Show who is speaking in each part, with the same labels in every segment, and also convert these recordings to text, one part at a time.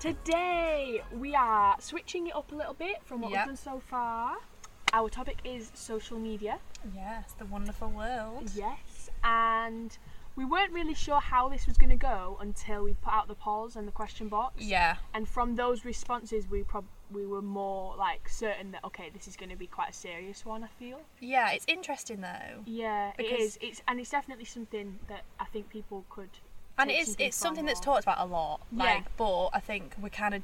Speaker 1: Today we are switching it up a little bit from what
Speaker 2: Yep.
Speaker 1: we've done so far. Our topic is social media.
Speaker 2: Yes, the wonderful world.
Speaker 1: Yes, and we weren't really sure how this was going to go until we put out the polls and the question box.
Speaker 2: Yeah.
Speaker 1: And from those responses, we prob- we were more like certain that okay, this is going to be quite a serious one. I feel.
Speaker 2: Yeah, it's interesting though.
Speaker 1: Yeah, it
Speaker 2: Because-
Speaker 1: is. It's and it's definitely something that I think people could.
Speaker 2: And it
Speaker 1: take
Speaker 2: is
Speaker 1: something
Speaker 2: it's
Speaker 1: from
Speaker 2: something that's
Speaker 1: or-
Speaker 2: talked about a lot.
Speaker 1: Yeah.
Speaker 2: Like, but I think we're kind of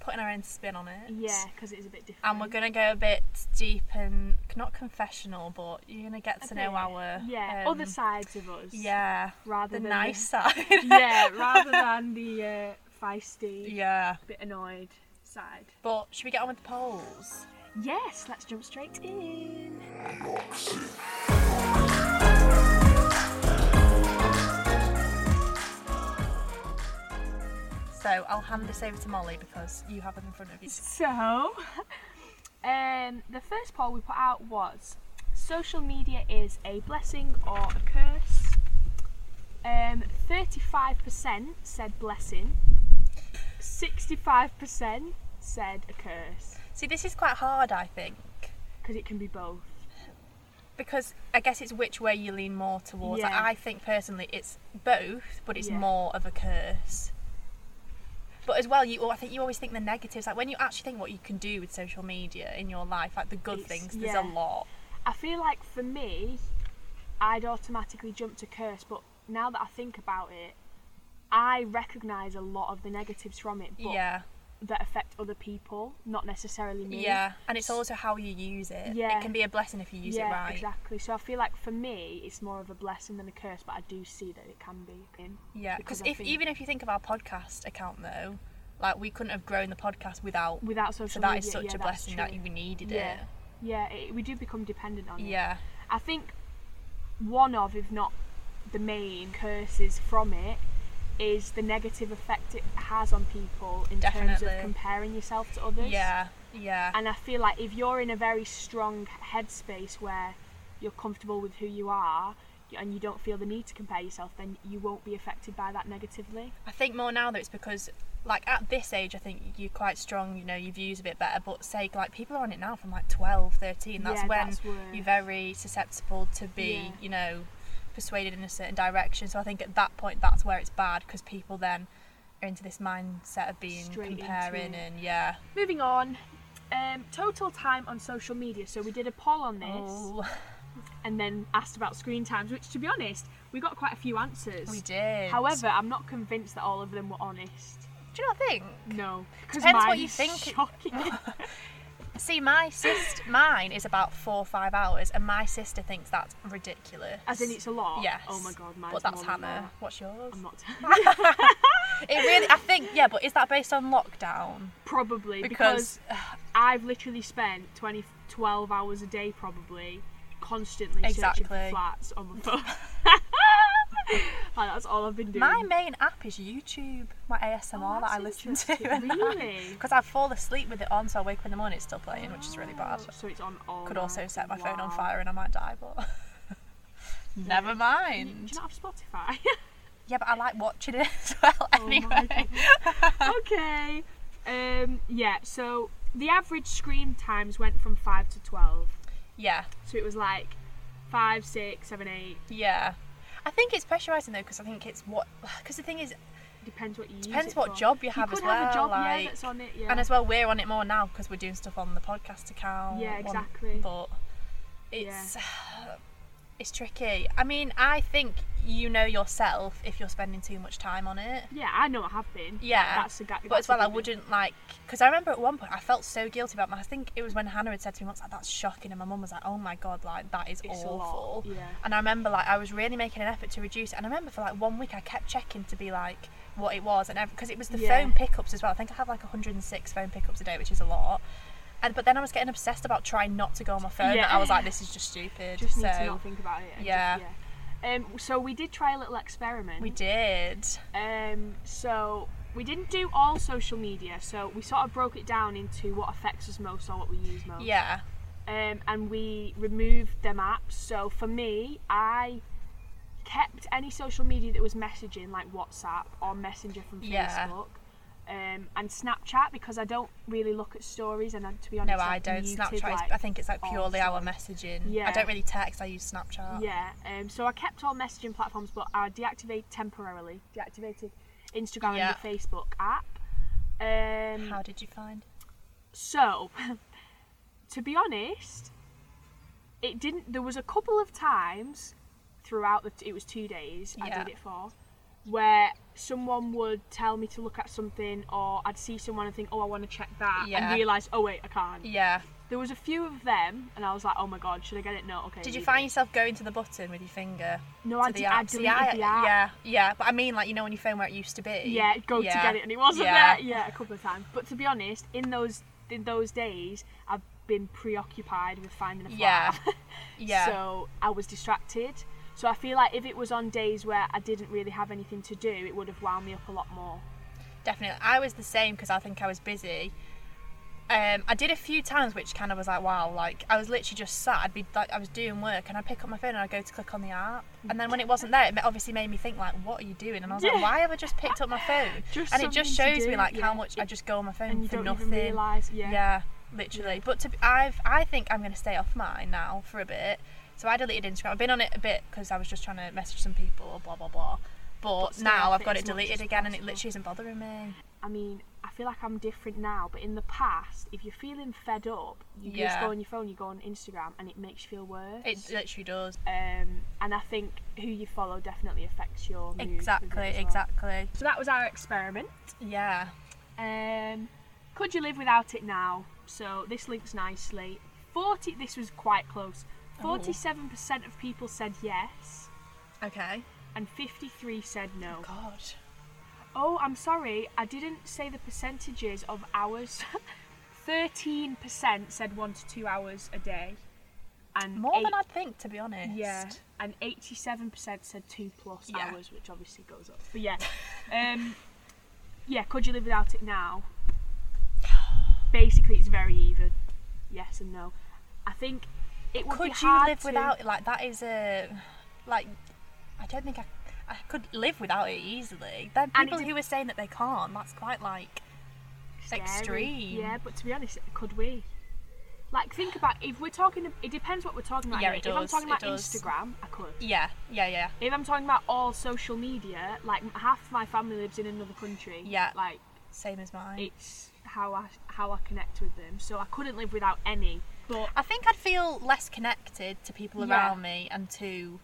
Speaker 2: putting our own spin on it.
Speaker 1: Yeah, because it is a bit different.
Speaker 2: And we're gonna go a bit deep and not confessional, but you're gonna get
Speaker 1: A
Speaker 2: to
Speaker 1: bit,
Speaker 2: know our
Speaker 1: yeah
Speaker 2: um,
Speaker 1: other sides of us.
Speaker 2: yeah
Speaker 1: rather
Speaker 2: the
Speaker 1: than
Speaker 2: nice side.
Speaker 1: yeah, rather than the uh, feisty,
Speaker 2: yeah.
Speaker 1: bit annoyed side.
Speaker 2: But should we get on with the polls?
Speaker 1: Yes, let's jump straight in.
Speaker 2: So I'll hand this over to Molly because you have them in front of you.
Speaker 1: So, um, the first poll we put out was social media is a blessing or a curse. Um, 35% said blessing, 65% said a curse,
Speaker 2: See, this is quite hard, I think,
Speaker 1: because it can be both.
Speaker 2: because I guess it's which way you lean more towards. Like,
Speaker 1: Yeah.
Speaker 2: I think personally it's both, but it's
Speaker 1: Yeah.
Speaker 2: more of a curse. But as well, you al- I think you always think the negatives. Like when you actually think what you can do with social media in your life, like the good
Speaker 1: It's-
Speaker 2: things, there's
Speaker 1: yeah.
Speaker 2: a lot.
Speaker 1: I feel like for me, I'd automatically jump to curse, but now that I think about it, I recognise a lot of the negatives from it but
Speaker 2: yeah,
Speaker 1: that affect other people, not necessarily me.
Speaker 2: yeah, and it's also how you use it.
Speaker 1: Yeah.
Speaker 2: it can be a blessing if you use
Speaker 1: yeah,
Speaker 2: it right.
Speaker 1: exactly. So I feel like for me, it's more of a blessing than a curse, but I do see that it can be.
Speaker 2: Yeah, because
Speaker 1: I
Speaker 2: if
Speaker 1: think
Speaker 2: even if you think of our podcast account though, like we couldn't have grown the podcast without.
Speaker 1: without
Speaker 2: So
Speaker 1: social
Speaker 2: that
Speaker 1: media,
Speaker 2: is such
Speaker 1: yeah,
Speaker 2: a
Speaker 1: that's
Speaker 2: blessing that
Speaker 1: true.
Speaker 2: you needed
Speaker 1: Yeah.
Speaker 2: it.
Speaker 1: Yeah, it, we do become dependent on it.
Speaker 2: Yeah,
Speaker 1: I think one of, if not the main curses from it, is the negative effect it has on people in terms of
Speaker 2: Definitely.
Speaker 1: comparing yourself to others.
Speaker 2: yeah, yeah.
Speaker 1: And I feel like if you're in a very strong headspace where you're comfortable with who you are and you don't feel the need to compare yourself, then you won't be affected by that negatively.
Speaker 2: I think more now that it's because, like, at this age, I think you're quite strong, you know, your views a bit better. But, say, like, people are on it now from like 12, 13. That's
Speaker 1: Yeah,
Speaker 2: when
Speaker 1: that's worse.
Speaker 2: you're very susceptible to be,
Speaker 1: Yeah.
Speaker 2: you know, persuaded in a certain direction. So, I think at that point, that's where it's bad because people then are into this mindset of being
Speaker 1: Straight into
Speaker 2: comparing
Speaker 1: it.
Speaker 2: and, yeah.
Speaker 1: Moving on, um, total time on social media. So we did a poll on this.
Speaker 2: Oh,
Speaker 1: and then asked about screen times, which to be honest, we got quite a few answers.
Speaker 2: we did.
Speaker 1: However, I'm not convinced that all of them were honest.
Speaker 2: do you not think?
Speaker 1: No, because
Speaker 2: Depends what you think.
Speaker 1: Shocking.
Speaker 2: See, my sister, mine is about four or five hours, and my sister thinks that's ridiculous.
Speaker 1: As in, it's a lot.
Speaker 2: Yes.
Speaker 1: Oh my god, mine's
Speaker 2: But that's
Speaker 1: more than
Speaker 2: Hannah.
Speaker 1: that.
Speaker 2: What's yours?
Speaker 1: I'm not
Speaker 2: It really, I think, yeah, but is that based on lockdown?
Speaker 1: probably because,
Speaker 2: Because-
Speaker 1: I've literally spent 20, 12 hours a day probably constantly searching for
Speaker 2: Exactly.
Speaker 1: flats on my phone. Like, that's all I've been doing.
Speaker 2: My main app is YouTube, my ASMR
Speaker 1: Oh,
Speaker 2: that I
Speaker 1: that's
Speaker 2: listen to.
Speaker 1: interesting. Really?
Speaker 2: Because I fall asleep with it on, so I wake up in the morning, it's still playing, which is really bad.
Speaker 1: So it's on all.
Speaker 2: Could also
Speaker 1: night.
Speaker 2: set my phone on
Speaker 1: Wow.
Speaker 2: fire and I might die, but. Never
Speaker 1: Do you
Speaker 2: mind.
Speaker 1: not have Spotify?
Speaker 2: Yeah, but I like watching it as well.
Speaker 1: Oh my
Speaker 2: Anyway,
Speaker 1: okay. Um, yeah, so the average screen times went from 5 to 12.
Speaker 2: yeah,
Speaker 1: So it was like 5, 6, 7, 8.
Speaker 2: yeah. I think it's pressurising though, because I think it's what. Because the thing is,
Speaker 1: Depends what you use
Speaker 2: Depends
Speaker 1: it
Speaker 2: what
Speaker 1: for.
Speaker 2: job you have
Speaker 1: could
Speaker 2: as
Speaker 1: Have a
Speaker 2: well,
Speaker 1: job, yeah,
Speaker 2: like-
Speaker 1: that's on it, yeah.
Speaker 2: and as well, we're on it more now because we're doing stuff on the podcast account.
Speaker 1: Yeah,
Speaker 2: on-
Speaker 1: exactly.
Speaker 2: but it's it's tricky. I mean, I think you know yourself if you're spending too much time on it.
Speaker 1: yeah, I know I have been.
Speaker 2: Yeah,
Speaker 1: That's a ga-
Speaker 2: But
Speaker 1: that's
Speaker 2: as well,
Speaker 1: a
Speaker 2: I
Speaker 1: good
Speaker 2: wouldn't like because I remember at one point I felt so guilty about my. I think it was when Hannah had said to me once, like, "That's shocking," and my mum was like, "Oh my god, like that is
Speaker 1: It's a lot,
Speaker 2: awful."
Speaker 1: yeah.
Speaker 2: And I remember like I was really making an effort to reduce it, and I remember for like one week I kept checking to be like what it was, and because it was the
Speaker 1: Yeah.
Speaker 2: phone pickups as well. I think I have like 106 phone pickups a day, which is a lot. And but then I was getting obsessed about trying not to go on my phone.
Speaker 1: Yeah.
Speaker 2: And I was like, "This is just stupid."
Speaker 1: Just
Speaker 2: so
Speaker 1: need to not think about it. and just-
Speaker 2: yeah.
Speaker 1: yeah. Um, so we did try a little experiment.
Speaker 2: we did.
Speaker 1: Um, so we didn't do all social media. So we sort of broke it down into what affects us most or what we use most.
Speaker 2: Yeah.
Speaker 1: um, and we removed them apps. So for me, I kept any social media that was messaging, like WhatsApp or Messenger from
Speaker 2: Yeah.
Speaker 1: Facebook. Um, I and Snapchat because I don't really look at stories and I, to be honest,
Speaker 2: No, I
Speaker 1: I've
Speaker 2: don't.
Speaker 1: muted,
Speaker 2: Snapchat. is-
Speaker 1: like-
Speaker 2: I think it's like purely
Speaker 1: all
Speaker 2: our messaging.
Speaker 1: Yeah.
Speaker 2: I don't really text. I use Snapchat.
Speaker 1: Yeah, um, so I kept all messaging platforms, but I deactivated temporarily deactivated Instagram
Speaker 2: Yeah.
Speaker 1: and the Facebook app. Um,
Speaker 2: How did you find?
Speaker 1: so, to be honest, it didn't. There was a couple of times throughout the. It was two days. I
Speaker 2: Yeah.
Speaker 1: did it for where someone would tell me to look at something, or I'd see someone and think, "Oh, I want to check that,"
Speaker 2: Yeah.
Speaker 1: and realise, "Oh wait, I can't."
Speaker 2: Yeah.
Speaker 1: There was a few of them, and I was like, "Oh my god, should I get it?" No, okay.
Speaker 2: Did you
Speaker 1: leave
Speaker 2: find yourself going to the button with your finger?
Speaker 1: it. No,
Speaker 2: to
Speaker 1: I,
Speaker 2: the
Speaker 1: de- I
Speaker 2: app?
Speaker 1: deleted
Speaker 2: See, I-
Speaker 1: the app.
Speaker 2: Yeah, yeah. But I mean, like you know, on your phone where it used to be.
Speaker 1: yeah go to
Speaker 2: Yeah.
Speaker 1: get it and it wasn't
Speaker 2: Yeah.
Speaker 1: there yeah a couple of times but to be honest in those in those days i've been preoccupied with finding a
Speaker 2: Yeah.
Speaker 1: flat
Speaker 2: Yeah.
Speaker 1: so i was distracted so i feel like if it was on days where i didn't really have anything to do it would have wound me up a lot more
Speaker 2: Definitely. I was the same because I think I was busy. Um, I did a few times, which kind of was like, wow, like I was literally just sat. I'd be like, I was doing work, and I'd pick up my phone and I'd go to click on the app, and then when it wasn't there, it ma- obviously made me think like, what are you doing? And I was like,
Speaker 1: Yeah.
Speaker 2: why have I just picked up my phone?
Speaker 1: Just
Speaker 2: and it just
Speaker 1: something to
Speaker 2: shows me
Speaker 1: do,
Speaker 2: like how
Speaker 1: yeah.
Speaker 2: much I just go on my phone
Speaker 1: and you
Speaker 2: for
Speaker 1: don't
Speaker 2: nothing.
Speaker 1: even realize yeah,
Speaker 2: yeah. literally. But to, be- I've, I think I'm gonna stay off mine now for a bit. So I deleted Instagram. I've been on it a bit because I was just trying to message some people, blah blah blah. But,
Speaker 1: But stay
Speaker 2: now
Speaker 1: off
Speaker 2: I've
Speaker 1: it
Speaker 2: got
Speaker 1: as
Speaker 2: it
Speaker 1: much as
Speaker 2: deleted again, and it
Speaker 1: possible.
Speaker 2: literally isn't bothering me.
Speaker 1: i mean i feel like i'm different now but in the past if you're feeling fed up you just
Speaker 2: Yeah.
Speaker 1: go on your phone you go on instagram and it makes you feel worse
Speaker 2: It literally does.
Speaker 1: um, and i think who you follow definitely affects your mood with it
Speaker 2: Exactly,
Speaker 1: as well.
Speaker 2: exactly.
Speaker 1: So that was our experiment.
Speaker 2: Yeah.
Speaker 1: Um, could you live without it now? So this links nicely. Forty. This was quite close.
Speaker 2: Oh.
Speaker 1: Forty-seven percent of people said yes,
Speaker 2: Okay.
Speaker 1: and fifty-three said no.
Speaker 2: God.
Speaker 1: Oh, I'm sorry, I didn't say the percentages of hours. Thirteen percent said one to two hours a day, and
Speaker 2: More
Speaker 1: eight-
Speaker 2: than I'd think, to be honest.
Speaker 1: yeah, and eighty-seven percent said two plus
Speaker 2: Yeah.
Speaker 1: hours, which obviously goes up. But yeah, um, yeah. Could you live without it now? Basically, it's very even. Yes and no. I think it would be
Speaker 2: Could you
Speaker 1: hard
Speaker 2: live
Speaker 1: to-
Speaker 2: without it? Like that is a, like, I don't think I, I could live without it easily. Then
Speaker 1: And it
Speaker 2: people
Speaker 1: dep-
Speaker 2: who are saying that they can't, that's quite like
Speaker 1: Scary.
Speaker 2: extreme.
Speaker 1: Yeah, but to be honest, could we? Like, think about if we're talking. It depends what we're talking about.
Speaker 2: Yeah,
Speaker 1: here.
Speaker 2: it
Speaker 1: If I'm
Speaker 2: does,
Speaker 1: talking
Speaker 2: it
Speaker 1: about
Speaker 2: does.
Speaker 1: Instagram, I could.
Speaker 2: Yeah, yeah, yeah,
Speaker 1: If I'm talking about all social media, like half my family lives in another country.
Speaker 2: Yeah.
Speaker 1: Like.
Speaker 2: same as mine.
Speaker 1: it's how I how I connect with them. So I couldn't live without any. But
Speaker 2: I think I'd feel less connected to people
Speaker 1: Yeah.
Speaker 2: around me and to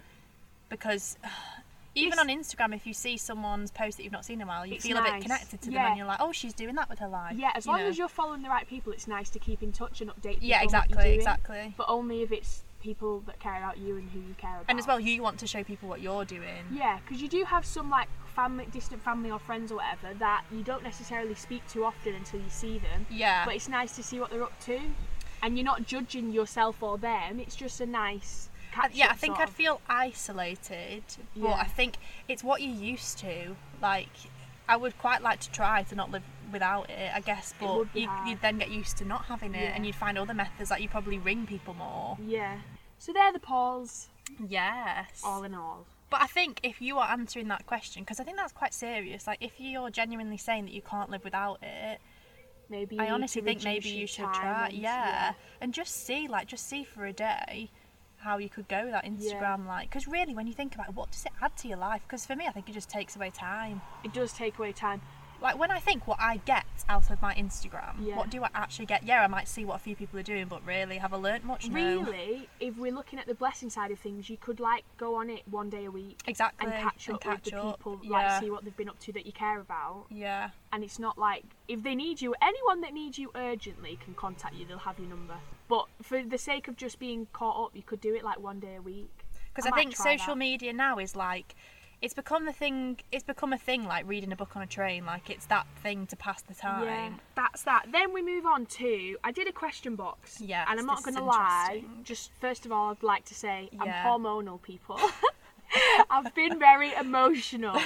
Speaker 2: because even
Speaker 1: It's-
Speaker 2: on Instagram, if you see someone's post that you've not seen in a while, you
Speaker 1: It's
Speaker 2: feel a bit
Speaker 1: nice.
Speaker 2: connected to them
Speaker 1: Yeah.
Speaker 2: and you're like, oh, she's doing that with her life.
Speaker 1: yeah, as
Speaker 2: you
Speaker 1: long
Speaker 2: know.
Speaker 1: as you're following the right people, it's nice to keep in touch and update. People
Speaker 2: yeah,
Speaker 1: on what you're
Speaker 2: exactly,
Speaker 1: doing.
Speaker 2: exactly.
Speaker 1: But only if it's people that care about you and who you care about.
Speaker 2: And as well, you want to show people what you're doing.
Speaker 1: Yeah, because you do have some like family, distant family or friends or whatever that you don't necessarily speak to often until you see them.
Speaker 2: Yeah.
Speaker 1: But it's nice to see what they're up to, and you're not judging yourself or them. It's just a nice.
Speaker 2: I-
Speaker 1: Catch
Speaker 2: yeah, I think I'd
Speaker 1: of.
Speaker 2: feel isolated, but
Speaker 1: Yeah.
Speaker 2: I think it's what you're used to. Like, I would quite like to try to not live without it, I guess, but
Speaker 1: would be
Speaker 2: you,
Speaker 1: hard.
Speaker 2: you'd then get used to not having it
Speaker 1: Yeah.
Speaker 2: and you'd find other methods, like you'd probably ring people more.
Speaker 1: Yeah. So they're the polls,
Speaker 2: Yes.
Speaker 1: all in all.
Speaker 2: But I think if you are answering that question, because I think that's quite serious, like if you're genuinely saying that you can't live without it,
Speaker 1: Maybe you
Speaker 2: I
Speaker 1: need
Speaker 2: honestly
Speaker 1: to
Speaker 2: think maybe
Speaker 1: reduce
Speaker 2: you
Speaker 1: your
Speaker 2: should
Speaker 1: time
Speaker 2: try.
Speaker 1: and-
Speaker 2: Yeah. And just see, like, just see for a day how you could go with that Instagram, like, because really, when you think about it, what does it add to your life? Because for me, I think it just takes away time.
Speaker 1: It does take away time.
Speaker 2: Like, when I think what I get out of my Instagram,
Speaker 1: Yeah.
Speaker 2: what do I actually get? Yeah, I might see what a few people are doing, but really, have I learnt much? No.
Speaker 1: Really, if we're looking at the blessing side of things, you could like go on it one day a week
Speaker 2: Exactly.
Speaker 1: and catch up with
Speaker 2: catch
Speaker 1: the
Speaker 2: up.
Speaker 1: people,
Speaker 2: yeah.
Speaker 1: like see what they've been up to that you care about.
Speaker 2: yeah.
Speaker 1: And it's not like if they need you, anyone that needs you urgently can contact you. They'll have your number. But for the sake of just being caught up, you could do it like one day a week.
Speaker 2: because
Speaker 1: I
Speaker 2: I,
Speaker 1: might
Speaker 2: think
Speaker 1: try
Speaker 2: social
Speaker 1: that.
Speaker 2: media now is like it's become the thing it's become a thing like reading a book on a train like it's that thing to pass the
Speaker 1: Yeah,
Speaker 2: time
Speaker 1: that's that. Then we move on to I did a question box.
Speaker 2: Yes,
Speaker 1: and I'm not
Speaker 2: this is
Speaker 1: gonna lie.
Speaker 2: interesting.
Speaker 1: Just first of all, I'd like to say
Speaker 2: Yeah.
Speaker 1: I'm hormonal, people. I've been very emotional,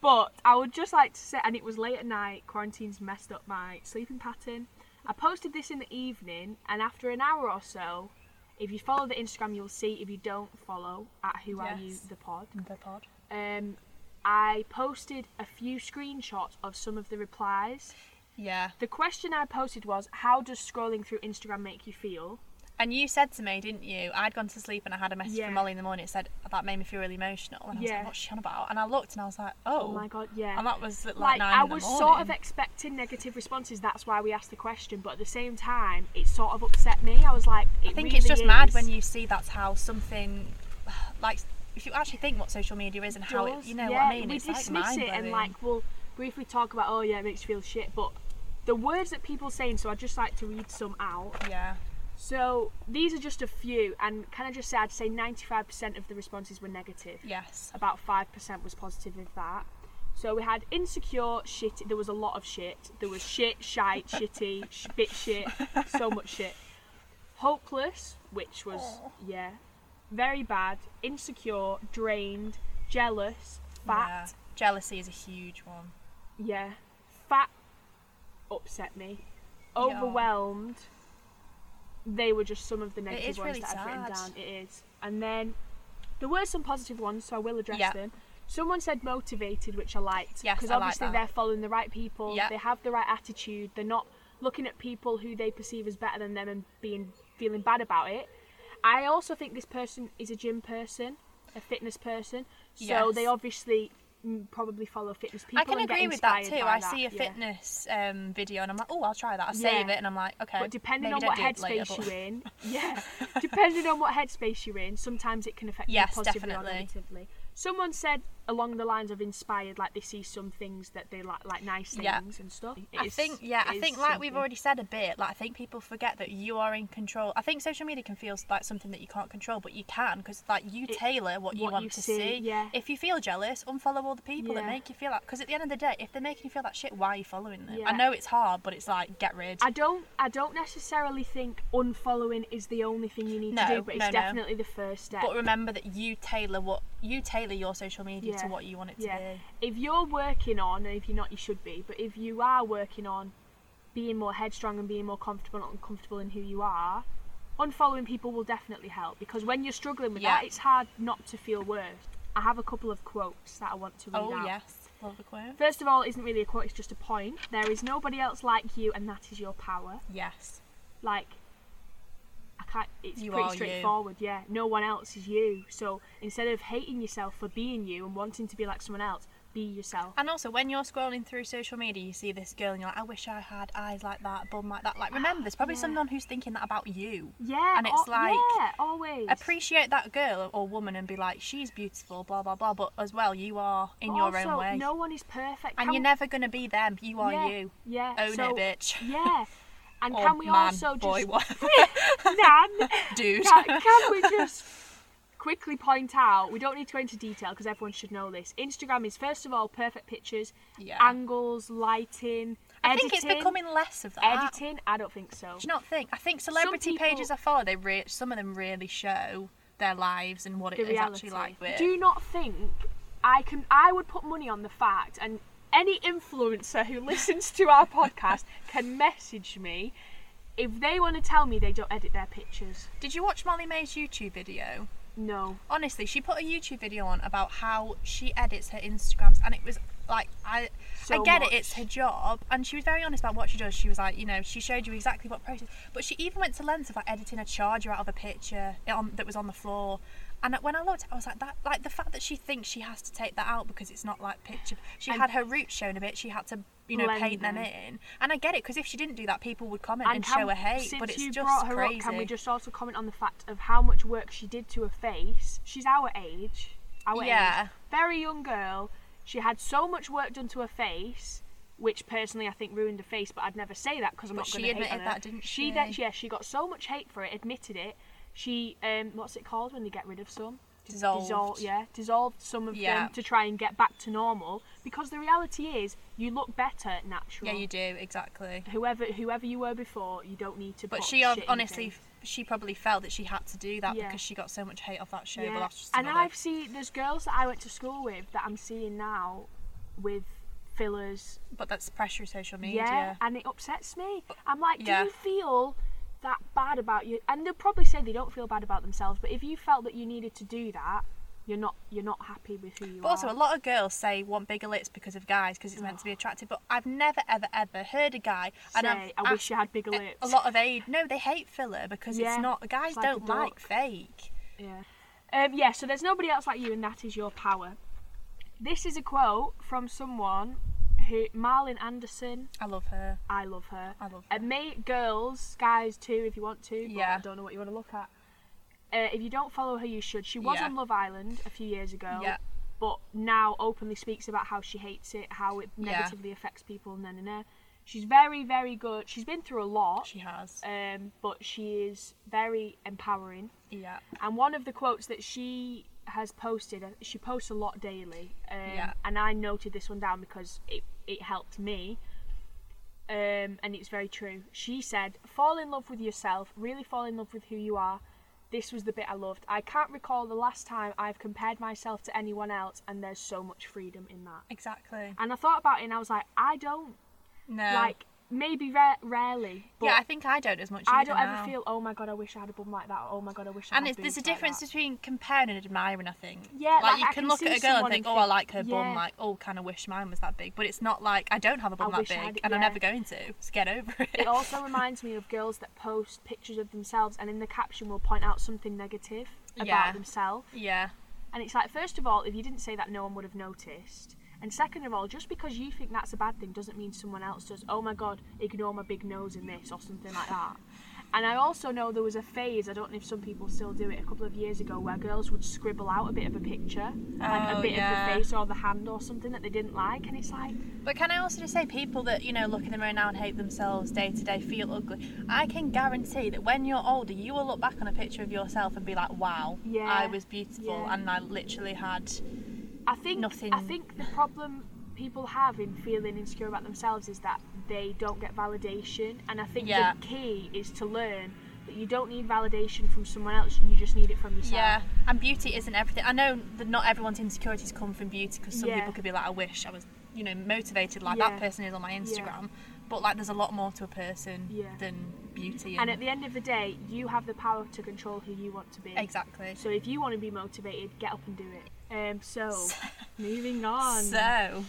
Speaker 1: but I would just like to say, and it was late at night. Quarantine's messed up my sleeping pattern. I posted this in the evening, and after an hour or so, if you follow the Instagram, you'll see. If you don't follow, at Who Are You
Speaker 2: Yes.
Speaker 1: the Pod,
Speaker 2: the pod
Speaker 1: um, I posted a few screenshots of some of the replies
Speaker 2: Yeah.
Speaker 1: The question I posted was, how does scrolling through Instagram make you feel?
Speaker 2: And you said to me, didn't you? I'd gone to sleep and I had a message
Speaker 1: Yeah.
Speaker 2: from Molly in the morning. It said that made me feel really emotional. And I was
Speaker 1: Yeah.
Speaker 2: like, what's she on about? And I looked and I was like,
Speaker 1: Oh,
Speaker 2: oh.
Speaker 1: my god, yeah.
Speaker 2: And that was at like,
Speaker 1: like
Speaker 2: nine
Speaker 1: I
Speaker 2: in the
Speaker 1: was sort of
Speaker 2: morning.
Speaker 1: expecting negative responses. That's why we asked the question, but at the same time, it sort of upset me. I was like, it
Speaker 2: I think
Speaker 1: really
Speaker 2: it's just mad
Speaker 1: is.
Speaker 2: when you see that's how something, like, if you actually think what social media is and how it,
Speaker 1: does,
Speaker 2: you know
Speaker 1: yeah,
Speaker 2: what I mean.
Speaker 1: We
Speaker 2: it's
Speaker 1: dismiss
Speaker 2: like
Speaker 1: it and
Speaker 2: mind-blowing.
Speaker 1: like we'll briefly talk about oh yeah, it makes you feel shit, but the words that people are saying, so I'd just like to read some out.
Speaker 2: yeah,
Speaker 1: So these are just a few and can I just say I'd say ninety five percent of the responses were negative.
Speaker 2: yes,
Speaker 1: About five percent was positive of that. So we had insecure, shit there was a lot of shit. There was shit, shite, shitty, sh- bit shit, so much shit. Hopeless, which was
Speaker 2: Aw.
Speaker 1: yeah, very bad, insecure, drained, jealous, fat,
Speaker 2: yeah. Jealousy is a huge one.
Speaker 1: yeah. Fat upset me. Overwhelmed. They were just some of the negative
Speaker 2: is
Speaker 1: ones
Speaker 2: really
Speaker 1: that I've
Speaker 2: sad.
Speaker 1: written down. It is. And then there were some positive ones, so I will address
Speaker 2: Yeah.
Speaker 1: them. Someone said motivated, which I liked.
Speaker 2: Yes,
Speaker 1: Because
Speaker 2: I like
Speaker 1: obviously
Speaker 2: that.
Speaker 1: they're following the right people,
Speaker 2: Yeah.
Speaker 1: they have the right attitude, they're not looking at people who they perceive as better than them and being feeling bad about it. I also think this person is a gym person, a fitness person. So
Speaker 2: Yes.
Speaker 1: they obviously mm, probably follow fitness people.
Speaker 2: I can
Speaker 1: and get
Speaker 2: agree with that too.
Speaker 1: inspired by
Speaker 2: I see a
Speaker 1: that, yeah.
Speaker 2: fitness um, video and I'm like, oh, I'll try that. I
Speaker 1: Yeah.
Speaker 2: save it and I'm like, okay.
Speaker 1: But depending
Speaker 2: maybe
Speaker 1: on
Speaker 2: don't
Speaker 1: what
Speaker 2: do it later,
Speaker 1: headspace
Speaker 2: but-
Speaker 1: you're in, yeah, depending on what headspace you're in, sometimes it can affect
Speaker 2: Yes,
Speaker 1: you positively or
Speaker 2: definitely.
Speaker 1: negatively. Someone said along the lines of inspired, like they see some things that they like, like nice things
Speaker 2: Yeah.
Speaker 1: and stuff. It
Speaker 2: I
Speaker 1: is-
Speaker 2: think yeah,
Speaker 1: it
Speaker 2: I
Speaker 1: is
Speaker 2: think like we've
Speaker 1: something.
Speaker 2: already said a bit, like I think people forget that you are in control. I think social media can feel like something that you can't control, but you can because like you
Speaker 1: It-
Speaker 2: tailor what, you
Speaker 1: what
Speaker 2: want
Speaker 1: you
Speaker 2: to
Speaker 1: see,
Speaker 2: see.
Speaker 1: yeah.
Speaker 2: If you feel jealous, unfollow all the people
Speaker 1: Yeah.
Speaker 2: that make you feel that. Because at the end of the day, if they're making you feel that shit, why are you following them?
Speaker 1: Yeah.
Speaker 2: I know it's hard, but it's like get rid.
Speaker 1: I don't. I don't necessarily think unfollowing is the only thing you need to
Speaker 2: No,
Speaker 1: do, but
Speaker 2: no,
Speaker 1: it's
Speaker 2: no.
Speaker 1: definitely the first step.
Speaker 2: but remember that you tailor what you tailor your social media
Speaker 1: Yeah.
Speaker 2: to what you want it to
Speaker 1: yeah.
Speaker 2: be.
Speaker 1: If you're working on, and if you're not, you should be. But if you are working on being more headstrong and being more comfortable and comfortable in who you are, unfollowing people will definitely help. Because when you're struggling with
Speaker 2: Yeah.
Speaker 1: that, it's hard not to feel worse. I have a couple of quotes that I want to read
Speaker 2: Oh
Speaker 1: out.
Speaker 2: yes, love the quote.
Speaker 1: First of all, it isn't really a quote; it's just a point. There is nobody else like you, and that is your power.
Speaker 2: Yes,
Speaker 1: Like, I can't. It's
Speaker 2: You
Speaker 1: pretty
Speaker 2: are you.
Speaker 1: straightforward. Yeah, no one else is you. So instead of hating yourself for being you and wanting to be like someone else, be yourself.
Speaker 2: and also when you're scrolling through social media, you see this girl and you're like, I wish I had eyes like that, bum like that. Like remember, there's probably
Speaker 1: Yeah.
Speaker 2: someone who's thinking that about you.
Speaker 1: Yeah,
Speaker 2: And it's
Speaker 1: al-
Speaker 2: like,
Speaker 1: yeah, always
Speaker 2: appreciate that girl or woman and be like, she's beautiful, blah blah blah. But as well, you are in your
Speaker 1: Also,
Speaker 2: own way,
Speaker 1: No one is perfect,
Speaker 2: and
Speaker 1: Can
Speaker 2: you're
Speaker 1: we-
Speaker 2: never gonna be them. You are
Speaker 1: yeah,
Speaker 2: you.
Speaker 1: Yeah,
Speaker 2: Own
Speaker 1: so,
Speaker 2: it, bitch.
Speaker 1: Yeah, and
Speaker 2: Or
Speaker 1: can we
Speaker 2: man,
Speaker 1: also
Speaker 2: boy,
Speaker 1: just
Speaker 2: whatever,
Speaker 1: Nan,
Speaker 2: dude.
Speaker 1: can, can we just quickly point out? We don't need to go into detail because everyone should know this. Instagram is first of all perfect pictures,
Speaker 2: Yeah.
Speaker 1: angles, lighting,
Speaker 2: I
Speaker 1: editing.
Speaker 2: think it's becoming less of that.
Speaker 1: editing. I don't think so.
Speaker 2: Do you not think? I think celebrity
Speaker 1: people-
Speaker 2: pages I follow, they re- some of them really show their lives and what it
Speaker 1: the
Speaker 2: is
Speaker 1: reality.
Speaker 2: actually like. With.
Speaker 1: Do not think I can. I would put money on the fact, and any influencer who listens to our podcast can message me if they want to tell me they don't edit their pictures.
Speaker 2: Did you watch Molly May's YouTube video?
Speaker 1: No.
Speaker 2: Honestly, she put a YouTube video on about how she edits her Instagrams, and it was like I.
Speaker 1: So
Speaker 2: I get
Speaker 1: much.
Speaker 2: it, it's her job, and she was very honest about what she does. She was like, you know, she showed you exactly what process, but she even went to lengths of like editing a charger out of a picture on, that was on the floor. And when I looked, I was like, that, like the fact that she thinks she has to take that out because it's not like picture. She had her roots shown a bit. She had to, you know,
Speaker 1: Blend
Speaker 2: paint them
Speaker 1: them.
Speaker 2: in. And I get it because if she didn't do that, people would comment and,
Speaker 1: can-
Speaker 2: show her hate.
Speaker 1: since
Speaker 2: But it's
Speaker 1: you
Speaker 2: just
Speaker 1: brought her
Speaker 2: crazy.
Speaker 1: up, can we just also comment on the fact of how much work she did to her face? She's our age. Our
Speaker 2: Yeah.
Speaker 1: age. Very young girl. She had so much work done to her face, which personally I think ruined her face, but I'd never say that because I'm
Speaker 2: But
Speaker 1: not going
Speaker 2: she
Speaker 1: to hate on
Speaker 2: admitted
Speaker 1: her.
Speaker 2: that, didn't
Speaker 1: she?
Speaker 2: she?
Speaker 1: Did, yeah, she got so much hate for it, admitted it. She, um, what's it called when they get rid of some?
Speaker 2: Dissolved.
Speaker 1: Dissol- yeah, dissolved some of
Speaker 2: Yeah.
Speaker 1: them to try and get back to normal because the reality is you look better natural
Speaker 2: Yeah, you do exactly.
Speaker 1: whoever whoever you were before, you don't need to.
Speaker 2: But
Speaker 1: put
Speaker 2: she
Speaker 1: shit
Speaker 2: ob-
Speaker 1: in your
Speaker 2: honestly,
Speaker 1: face.
Speaker 2: she probably felt that she had to do that
Speaker 1: Yeah.
Speaker 2: because she got so much hate off that show. But
Speaker 1: yeah.
Speaker 2: that's just
Speaker 1: And
Speaker 2: another-
Speaker 1: I've seen there's girls that I went to school with that I'm seeing now with fillers.
Speaker 2: But that's pressure of social media.
Speaker 1: Yeah, and it upsets me. I'm like,
Speaker 2: yeah.
Speaker 1: do you feel that bad about you? And they'll probably say they don't feel bad about themselves, but if you felt that you needed to do that, you're not you're not happy with who you
Speaker 2: But
Speaker 1: are.
Speaker 2: also, a lot of girls say want bigger lips because of guys, because it's meant to be attractive. But I've never, ever, ever heard a guy.
Speaker 1: say,
Speaker 2: I've
Speaker 1: I wish
Speaker 2: asked
Speaker 1: you had bigger
Speaker 2: a-
Speaker 1: lips.
Speaker 2: A lot of aid. No, they hate filler because
Speaker 1: Yeah,
Speaker 2: it's not. Guys
Speaker 1: it's like a
Speaker 2: don't like
Speaker 1: duck.
Speaker 2: fake.
Speaker 1: Yeah. Um, yeah, so there's nobody else like you, and that is your power. This is a quote from someone who, Marlon Anderson,
Speaker 2: I love her.
Speaker 1: I love her.
Speaker 2: I love her.
Speaker 1: And mate, girls, guys too, if you want to, but
Speaker 2: Yeah.
Speaker 1: I don't know what you want to look at. Uh, if you don't follow her, you should. She was
Speaker 2: Yeah.
Speaker 1: on Love Island a few years ago,
Speaker 2: Yeah.
Speaker 1: but now openly speaks about how she hates it, how it
Speaker 2: Yeah.
Speaker 1: negatively affects people, and then and there. She's very, very good. She's been through a lot,
Speaker 2: She has.
Speaker 1: um, but she is very empowering.
Speaker 2: Yeah.
Speaker 1: And one of the quotes that she has posted, uh, she posts a lot daily. Um,
Speaker 2: Yeah.
Speaker 1: And I noted this one down because it, it helped me. Um, and it's very true. She said, Fall in love with yourself, really fall in love with who you are. This was the bit I loved. I can't recall the last time I've compared myself to anyone else, and there's so much freedom in that.
Speaker 2: Exactly.
Speaker 1: And I thought about it, and I was like, I don't.
Speaker 2: No.
Speaker 1: Like, maybe ra- rarely. But
Speaker 2: yeah, I think I don't as much.
Speaker 1: I
Speaker 2: either
Speaker 1: don't ever
Speaker 2: now.
Speaker 1: feel, oh my god, I wish I had a bum like that, or oh my god, I wish I
Speaker 2: And
Speaker 1: had
Speaker 2: it's, there's a
Speaker 1: boobs like
Speaker 2: difference
Speaker 1: that."
Speaker 2: between comparing and admiring. I think.
Speaker 1: Yeah,
Speaker 2: Like,
Speaker 1: like,
Speaker 2: you
Speaker 1: I
Speaker 2: can
Speaker 1: can
Speaker 2: look
Speaker 1: see
Speaker 2: at a girl and
Speaker 1: someone
Speaker 2: think,
Speaker 1: and
Speaker 2: oh, I
Speaker 1: think,
Speaker 2: like her bum.
Speaker 1: yeah.
Speaker 2: Like, oh, kind of wish mine was that big. But it's not like I don't have a bum that
Speaker 1: wish I
Speaker 2: big,
Speaker 1: had-
Speaker 2: and I'll
Speaker 1: yeah.
Speaker 2: never go into. it. Just get over it.
Speaker 1: It also reminds me of girls that post pictures of themselves and in the caption will point out something negative about
Speaker 2: Yeah.
Speaker 1: themselves.
Speaker 2: yeah.
Speaker 1: And it's like, first of all, if you didn't say that, no one would have noticed. And second of all, just because you think that's a bad thing doesn't mean someone else does. Oh my god, ignore my big nose in this or something like that. And I also know there was a phase, I don't know if some people still do it, a couple of years ago where girls would scribble out a bit of a picture, like
Speaker 2: Oh,
Speaker 1: a bit
Speaker 2: yeah.
Speaker 1: of the face or the hand or something that they didn't like. And it's like,
Speaker 2: But can I also just say, people that you know look in the mirror now and hate themselves day to day feel ugly. I can guarantee that when you're older, you will look back on a picture of yourself and be like, "Wow,
Speaker 1: Yeah,
Speaker 2: I was beautiful,
Speaker 1: yeah.
Speaker 2: and I literally had."
Speaker 1: I think
Speaker 2: nothing-
Speaker 1: I think the problem people have in feeling insecure about themselves is that they don't get validation, and I think
Speaker 2: Yeah.
Speaker 1: the key is to learn that you don't need validation from someone else. You just need it from yourself.
Speaker 2: Yeah, and beauty isn't everything. I know that not everyone's insecurities come from beauty because some
Speaker 1: Yeah.
Speaker 2: people could be like, "I wish I was, you know, motivated like
Speaker 1: Yeah.
Speaker 2: that person is on my Instagram." But like, there's a lot more to a person
Speaker 1: Yeah.
Speaker 2: than beauty.
Speaker 1: And at the end of the day, you have the power to control who you want to be.
Speaker 2: exactly.
Speaker 1: So if you want to be motivated, get up and do it. Um. So moving on.
Speaker 2: So.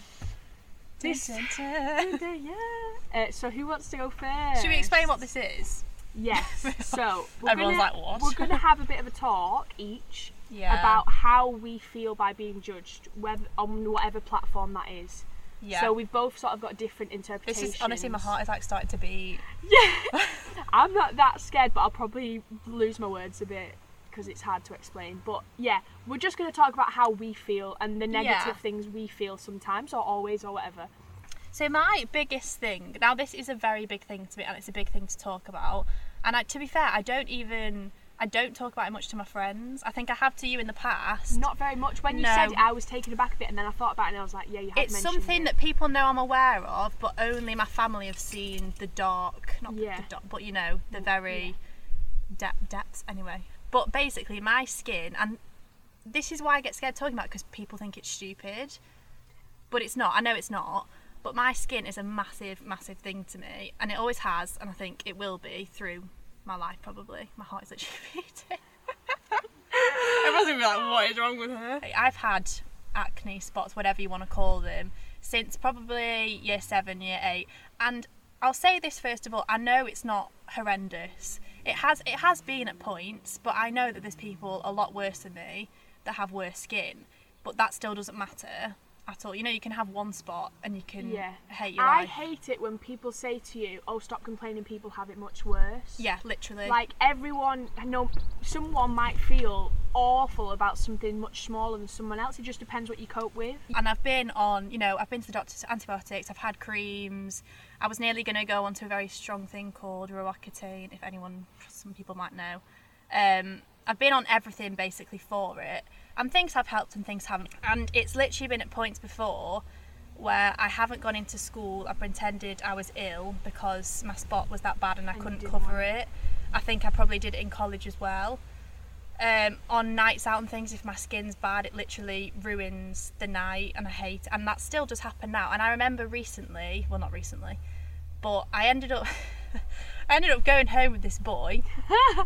Speaker 1: This-
Speaker 2: Dun, dun, dun.
Speaker 1: yeah. Uh, so who wants to go first?
Speaker 2: Should we explain what this is?
Speaker 1: Yes. So we're
Speaker 2: Everyone's
Speaker 1: gonna,
Speaker 2: like, "What?"
Speaker 1: We're gonna have a bit of a talk each.
Speaker 2: Yeah.
Speaker 1: about how we feel by being judged whether, on whatever platform that is.
Speaker 2: yeah.
Speaker 1: So we've both sort of got different
Speaker 2: This
Speaker 1: interpretations.
Speaker 2: is honestly, my heart is like starting to beat.
Speaker 1: Yeah. I'm not that scared, but I'll probably lose my words a bit because it's hard to explain. But yeah, we're just going to talk about how we feel and the negative
Speaker 2: Yeah.
Speaker 1: things we feel sometimes or always or whatever.
Speaker 2: So my biggest thing now, this is a very big thing to me, and it's a big thing to talk about. And I, to be fair, I don't even I don't talk about it much to my friends. I think I have to you in the past.
Speaker 1: Not very much. When you
Speaker 2: No.
Speaker 1: said it, I was taken aback a bit, and then I thought about it, and I was like, yeah, you have
Speaker 2: it's
Speaker 1: mentioned
Speaker 2: something
Speaker 1: it.
Speaker 2: that people know I'm aware of, but only my family have seen the dark, not the-
Speaker 1: Yeah.
Speaker 2: the dark, but you know the very de- depths. Anyway, but basically, my skin, and this is why I get scared talking about because people think it's stupid, but it's not. I know it's not. But my skin is a massive, massive thing to me, and it always has, and I think it will be through my life probably. My heart is literally beating.
Speaker 1: Everyone's going to be like, what is wrong with her?
Speaker 2: I've had acne spots, whatever you want to call them, since probably year seven, year eight. And I'll say this first of all, I know it's not horrendous. It has it has been at points, but I know that there's people a lot worse than me that have worse skin. But that still doesn't matter at all. You know, you can have one spot and you can
Speaker 1: Yeah.
Speaker 2: hate your
Speaker 1: I
Speaker 2: life.
Speaker 1: hate it when people say to you, oh, stop complaining, people have it much worse.
Speaker 2: yeah, literally.
Speaker 1: like everyone I know someone might feel awful about something much smaller than someone else it just depends what you cope with
Speaker 2: and I've been on, you know, I've been to the doctor's antibiotics, I've had creams. I was nearly going to go onto a very strong thing called Roaccutane, if anyone, some people might know. Um, I've been on everything basically for it, and things have helped and things haven't. And it's literally been at points before where I haven't gone into school, I pretended I was ill because my spot was that bad and I
Speaker 1: you
Speaker 2: couldn't
Speaker 1: didn't
Speaker 2: cover
Speaker 1: want
Speaker 2: it. I think I probably did it in college as well um, on nights out and things, if my skin's bad, it literally ruins the night, and I hate. And that still does happen now. And I remember recently, well, not recently, but I ended up. I ended up going home with this boy,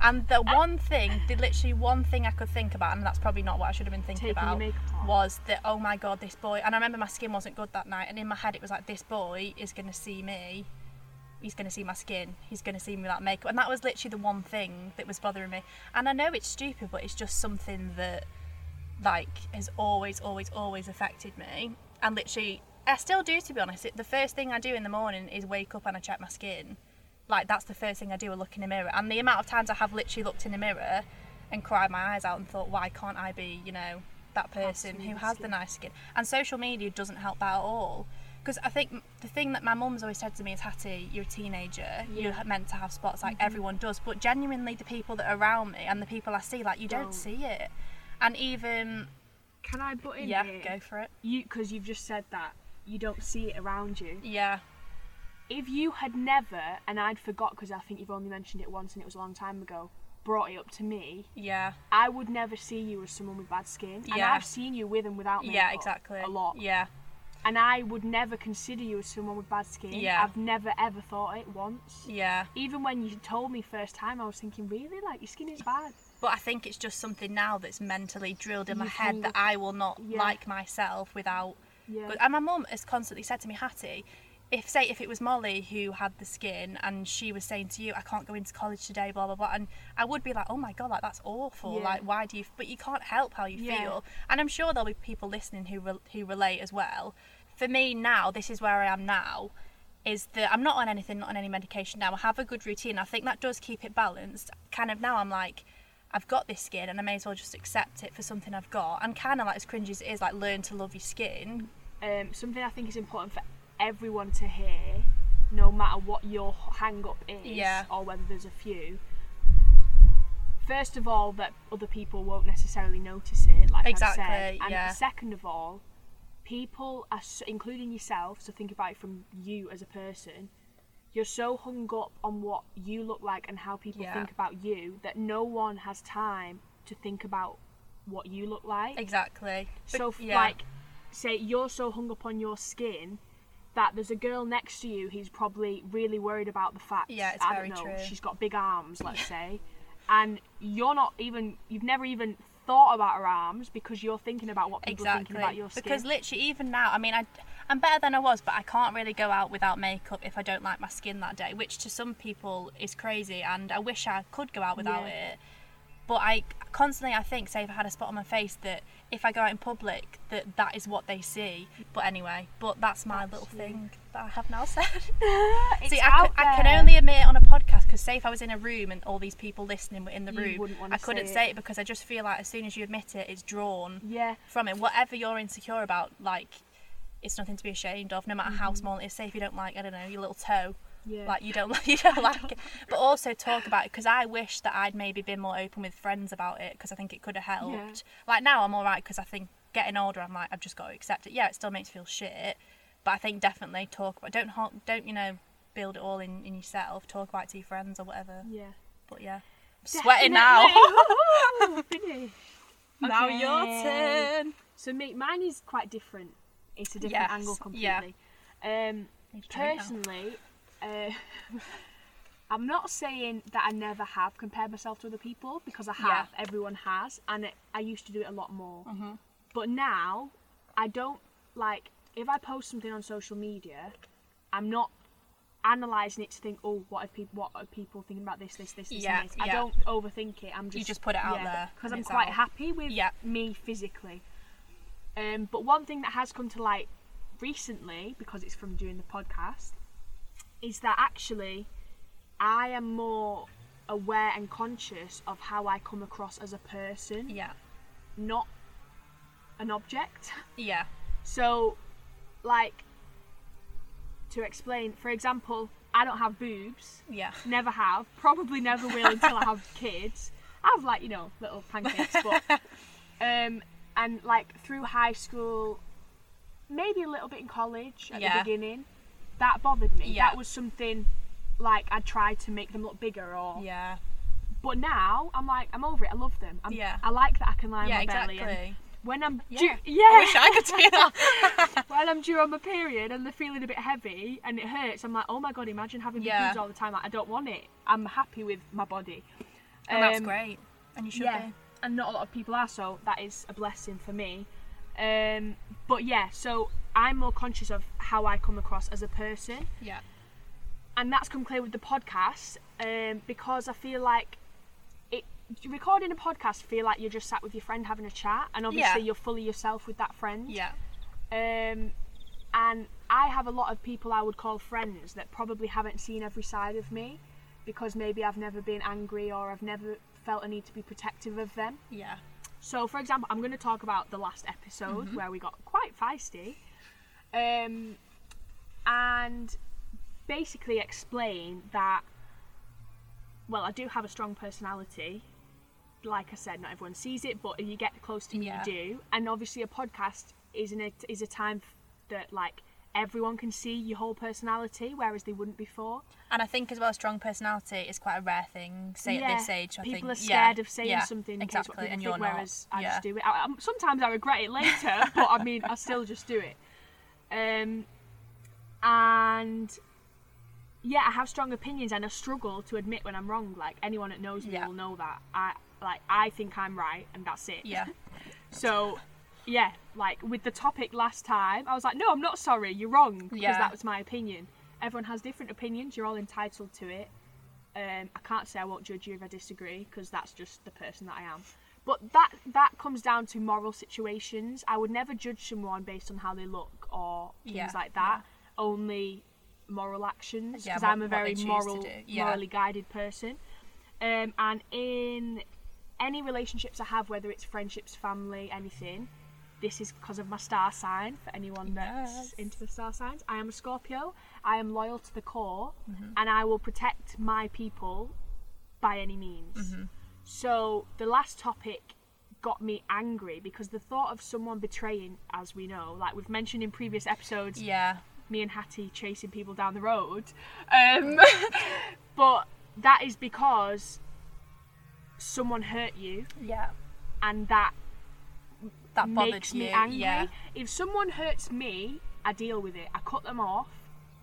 Speaker 2: and the one thing, the literally one thing I could think about, and that's probably not what I should have been thinking
Speaker 1: Taking your
Speaker 2: about,
Speaker 1: makeup off.
Speaker 2: was that oh my god, this boy. And I remember my skin wasn't good that night, and in my head it was like, this boy is gonna see me. He's gonna see my skin. He's gonna see me without makeup, and that was literally the one thing that was bothering me. And I know it's stupid, but it's just something that like has always, always, always affected me. And literally, I still do to be honest. It, the first thing I do in the morning is wake up and I check my skin. Like that's the first thing I do. I look in the mirror, and the amount of times I have literally looked in the mirror and cried my eyes out and thought, why can't I be, you know, that person who has the nice skin? And social media doesn't help that at all. Because I think m- the thing that my mum's always said to me is, Hattie, you're a teenager. You're meant to have spots
Speaker 1: Mm-hmm.
Speaker 2: like everyone does. But genuinely, the people that are around me and the people I see, like, you
Speaker 1: Don't.
Speaker 2: don't see it. And even
Speaker 1: Can I butt in
Speaker 2: yeah,
Speaker 1: here?
Speaker 2: go for it.
Speaker 1: You because you've just said that you don't see it around you.
Speaker 2: Yeah,
Speaker 1: If you had never, and I'd forgot because I think you've only mentioned it once and it was a long time ago, brought it up to me,
Speaker 2: yeah,
Speaker 1: I would never see you as someone with bad skin. And
Speaker 2: Yeah.
Speaker 1: I've seen you with and without makeup.
Speaker 2: yeah, exactly.
Speaker 1: A lot.
Speaker 2: Yeah,
Speaker 1: And I would never consider you as someone with bad skin.
Speaker 2: Yeah.
Speaker 1: I've never ever thought it once.
Speaker 2: yeah.
Speaker 1: Even when you told me first time, I was thinking, really, like your skin is bad.
Speaker 2: But I think it's just something now that's mentally drilled in my
Speaker 1: You
Speaker 2: head
Speaker 1: can-
Speaker 2: that I will not
Speaker 1: yeah.
Speaker 2: like myself without.
Speaker 1: Yeah.
Speaker 2: But, and my mum has constantly said to me, Hattie, if say if it was Molly who had the skin and she was saying to you, I can't go into college today, blah blah blah, and I would be like, oh my god, like that's awful.
Speaker 1: Yeah.
Speaker 2: Like why do you? But you can't help how you
Speaker 1: Yeah.
Speaker 2: feel. And I'm sure there'll be people listening who re- who relate as well. For me now, this is where I am now. Is that I'm not on anything, not on any medication now. I have a good routine. I think that does keep it balanced. Kind of now, I'm like, I've got this skin and I may as well just accept it for something I've got. And kind of like as cringy as it is, like learn to love your skin.
Speaker 1: um, something I think is important for everyone to hear, no matter what your hang up is,
Speaker 2: Yeah.
Speaker 1: or whether there's a few. First of all, that other people won't necessarily notice it, like
Speaker 2: Exactly,
Speaker 1: I've said. And
Speaker 2: yeah.
Speaker 1: second of all, people are, so, including yourself, so think about it from you as a person, you're so hung up on what you look like and how people
Speaker 2: Yeah.
Speaker 1: think about you that no one has time to think about what you look like.
Speaker 2: Exactly. But-
Speaker 1: So, f like, say you're so hung up on your skin that there's a girl next to you who's probably really worried about the fact.
Speaker 2: Yeah, it's
Speaker 1: I
Speaker 2: very
Speaker 1: don't know,
Speaker 2: true.
Speaker 1: She's got big arms, let's say, and you're not even. You've never even thought about her arms because you're thinking about what people are thinking about your skin.
Speaker 2: Because literally, even now, I mean, I, I'm better than I was, but I can't really go out without makeup if I don't like my skin that day, which to some people is crazy, and I wish I could go out without
Speaker 1: Yeah.
Speaker 2: it. But I constantly, I think, say if I had a spot on my face, that if I go out in public, that that is what they see. But anyway, but that's my little thing that I have now said.
Speaker 1: It's
Speaker 2: See, I,
Speaker 1: out
Speaker 2: c- I can
Speaker 1: there.
Speaker 2: only admit it on a podcast because, say, if I was in a room and all these people listening were in the
Speaker 1: You
Speaker 2: room,
Speaker 1: wouldn't wanna
Speaker 2: I couldn't
Speaker 1: say
Speaker 2: say,
Speaker 1: it.
Speaker 2: it. because I just feel like as soon as you admit it, it's drawn
Speaker 1: Yeah.
Speaker 2: from it. Whatever you're insecure about, like, it's nothing to be ashamed of, no matter how small it is. Say, if you don't like, I don't know, your little toe.
Speaker 1: Mm-hmm. Yeah.
Speaker 2: Like you don't you don't like it, but also talk about it because I wish that I'd maybe been more open with friends about it because I think it could have helped. Like now I'm all right because I think getting older I'm like I've just got to accept it. Yeah, it still makes me feel shit, but I think definitely talk about don't ho- don't you know build it all in, in yourself. Talk about it to your friends or whatever.
Speaker 1: Yeah.
Speaker 2: But yeah, I'm sweating now.
Speaker 1: Definitely. Finish.
Speaker 2: now
Speaker 1: Okay.
Speaker 2: your turn.
Speaker 1: So me, mine is quite different. It's a different
Speaker 2: Yes,
Speaker 1: angle
Speaker 2: yeah.
Speaker 1: completely. Um,
Speaker 2: drink now.
Speaker 1: personally, uh, I'm not saying that I never have compared myself to other people because I
Speaker 2: Yeah. Mm-hmm.
Speaker 1: have. Everyone has, and it, I used to do it a lot more. But now, I don't like if I post something on social media, I'm not analysing it to think, oh, what are people, what are people thinking about this, this, this, this,
Speaker 2: Yeah,
Speaker 1: and this. I
Speaker 2: yeah.
Speaker 1: don't overthink it. I'm just
Speaker 2: just put it out there
Speaker 1: because
Speaker 2: and
Speaker 1: I'm
Speaker 2: it's
Speaker 1: quite
Speaker 2: out.
Speaker 1: happy with
Speaker 2: Yeah.
Speaker 1: me physically. Um, but one thing that has come to light recently, because it's from doing the podcast, is that actually I am more aware and conscious of how I come across as a person,
Speaker 2: Yeah,
Speaker 1: not an object.
Speaker 2: yeah,
Speaker 1: So, like, to explain, for example, I don't have boobs,
Speaker 2: yeah.
Speaker 1: never have, probably never will until I have kids. I have, like, you know, little pancakes, but. Um, and, like, through high school, maybe a little bit in college at
Speaker 2: Yeah.
Speaker 1: the beginning, that bothered me.
Speaker 2: Yeah.
Speaker 1: That was something, like, I tried to make them look bigger or.
Speaker 2: Yeah,
Speaker 1: But now, I'm like, I'm over it, I love them. I'm,
Speaker 2: Yeah.
Speaker 1: I like that I can lie on
Speaker 2: yeah,
Speaker 1: my belly. and
Speaker 2: exactly.
Speaker 1: when I'm
Speaker 2: Yeah.
Speaker 1: due,
Speaker 2: I
Speaker 1: yeah,
Speaker 2: wish I could do that.
Speaker 1: when I'm due on my period and they're feeling a bit heavy and it hurts, I'm like, oh my god, imagine having big
Speaker 2: Yeah.
Speaker 1: boobs all the time. Like, I don't want it. I'm happy with my body.
Speaker 2: and Oh, that's
Speaker 1: Um,
Speaker 2: great. And you should
Speaker 1: yeah,
Speaker 2: be.
Speaker 1: and not a lot of people are, so that is a blessing for me. Um, but yeah, so I'm more conscious of how I come across as a person,
Speaker 2: Yeah.
Speaker 1: and that's come clear with the podcast um, because I feel like it recording a podcast feel like you're just sat with your friend having a chat, and obviously
Speaker 2: Yeah.
Speaker 1: you're fully yourself with that friend.
Speaker 2: Yeah.
Speaker 1: Um, and I have a lot of people I would call friends that probably haven't seen every side of me because maybe I've never been angry or I've never felt a need to be protective of them.
Speaker 2: Yeah.
Speaker 1: So, for example, I'm going to talk about the last episode where we got quite feisty, um, and basically explain that. Well, I do have a strong personality. Like I said, not everyone sees it, but you get close to me,
Speaker 2: Yeah.
Speaker 1: you do. And obviously, a podcast is an, is a time f- that like everyone can see your whole personality, whereas they wouldn't before.
Speaker 2: And I think as well, strong personality is quite a rare thing. Say
Speaker 1: Yeah,
Speaker 2: at this age, I
Speaker 1: people
Speaker 2: think
Speaker 1: are scared
Speaker 2: yeah,
Speaker 1: of saying
Speaker 2: yeah,
Speaker 1: something in case what
Speaker 2: exactly,
Speaker 1: people
Speaker 2: and
Speaker 1: think,
Speaker 2: you're not.
Speaker 1: whereas I
Speaker 2: yeah.
Speaker 1: just do it. I, I'm- sometimes I regret it later, but I mean, I still just do it. Um, and yeah, I have strong opinions, and I struggle to admit when I'm wrong. Like anyone that knows me
Speaker 2: Yeah.
Speaker 1: will know that I like I think I'm right, and that's it.
Speaker 2: Yeah.
Speaker 1: So, yeah, like with the topic last time, I was like, no, I'm not sorry, you're wrong, because
Speaker 2: Yeah.
Speaker 1: that was my opinion. Everyone has different opinions, you're all entitled to it. Um, I can't say I won't judge you if I disagree, because that's just the person that I am. But that that comes down to moral situations. I would never judge someone based on how they look or things
Speaker 2: Yeah,
Speaker 1: like that. Only moral actions,
Speaker 2: Yeah,
Speaker 1: because
Speaker 2: what-
Speaker 1: I'm a
Speaker 2: what they
Speaker 1: very
Speaker 2: choose to
Speaker 1: moral,
Speaker 2: do. Yeah.
Speaker 1: morally guided person. Um, and in any relationships I have, whether it's friendships, family, anything, this is because of my star sign. For anyone that's
Speaker 2: Yes.
Speaker 1: into the star signs, I am a Scorpio. I am loyal to the core,
Speaker 2: Mm-hmm.
Speaker 1: and I will protect my people by any means.
Speaker 2: Mm-hmm.
Speaker 1: So the last topic got me angry because the thought of someone betraying, as we know, like we've mentioned in previous episodes,
Speaker 2: Yeah.
Speaker 1: me and Hattie chasing people down the road. Um, but that is because someone hurt you
Speaker 2: Yeah.
Speaker 1: and that
Speaker 2: That bothered
Speaker 1: makes
Speaker 2: you.
Speaker 1: me angry.
Speaker 2: Yeah.
Speaker 1: If someone hurts me, I deal with it. I cut them off,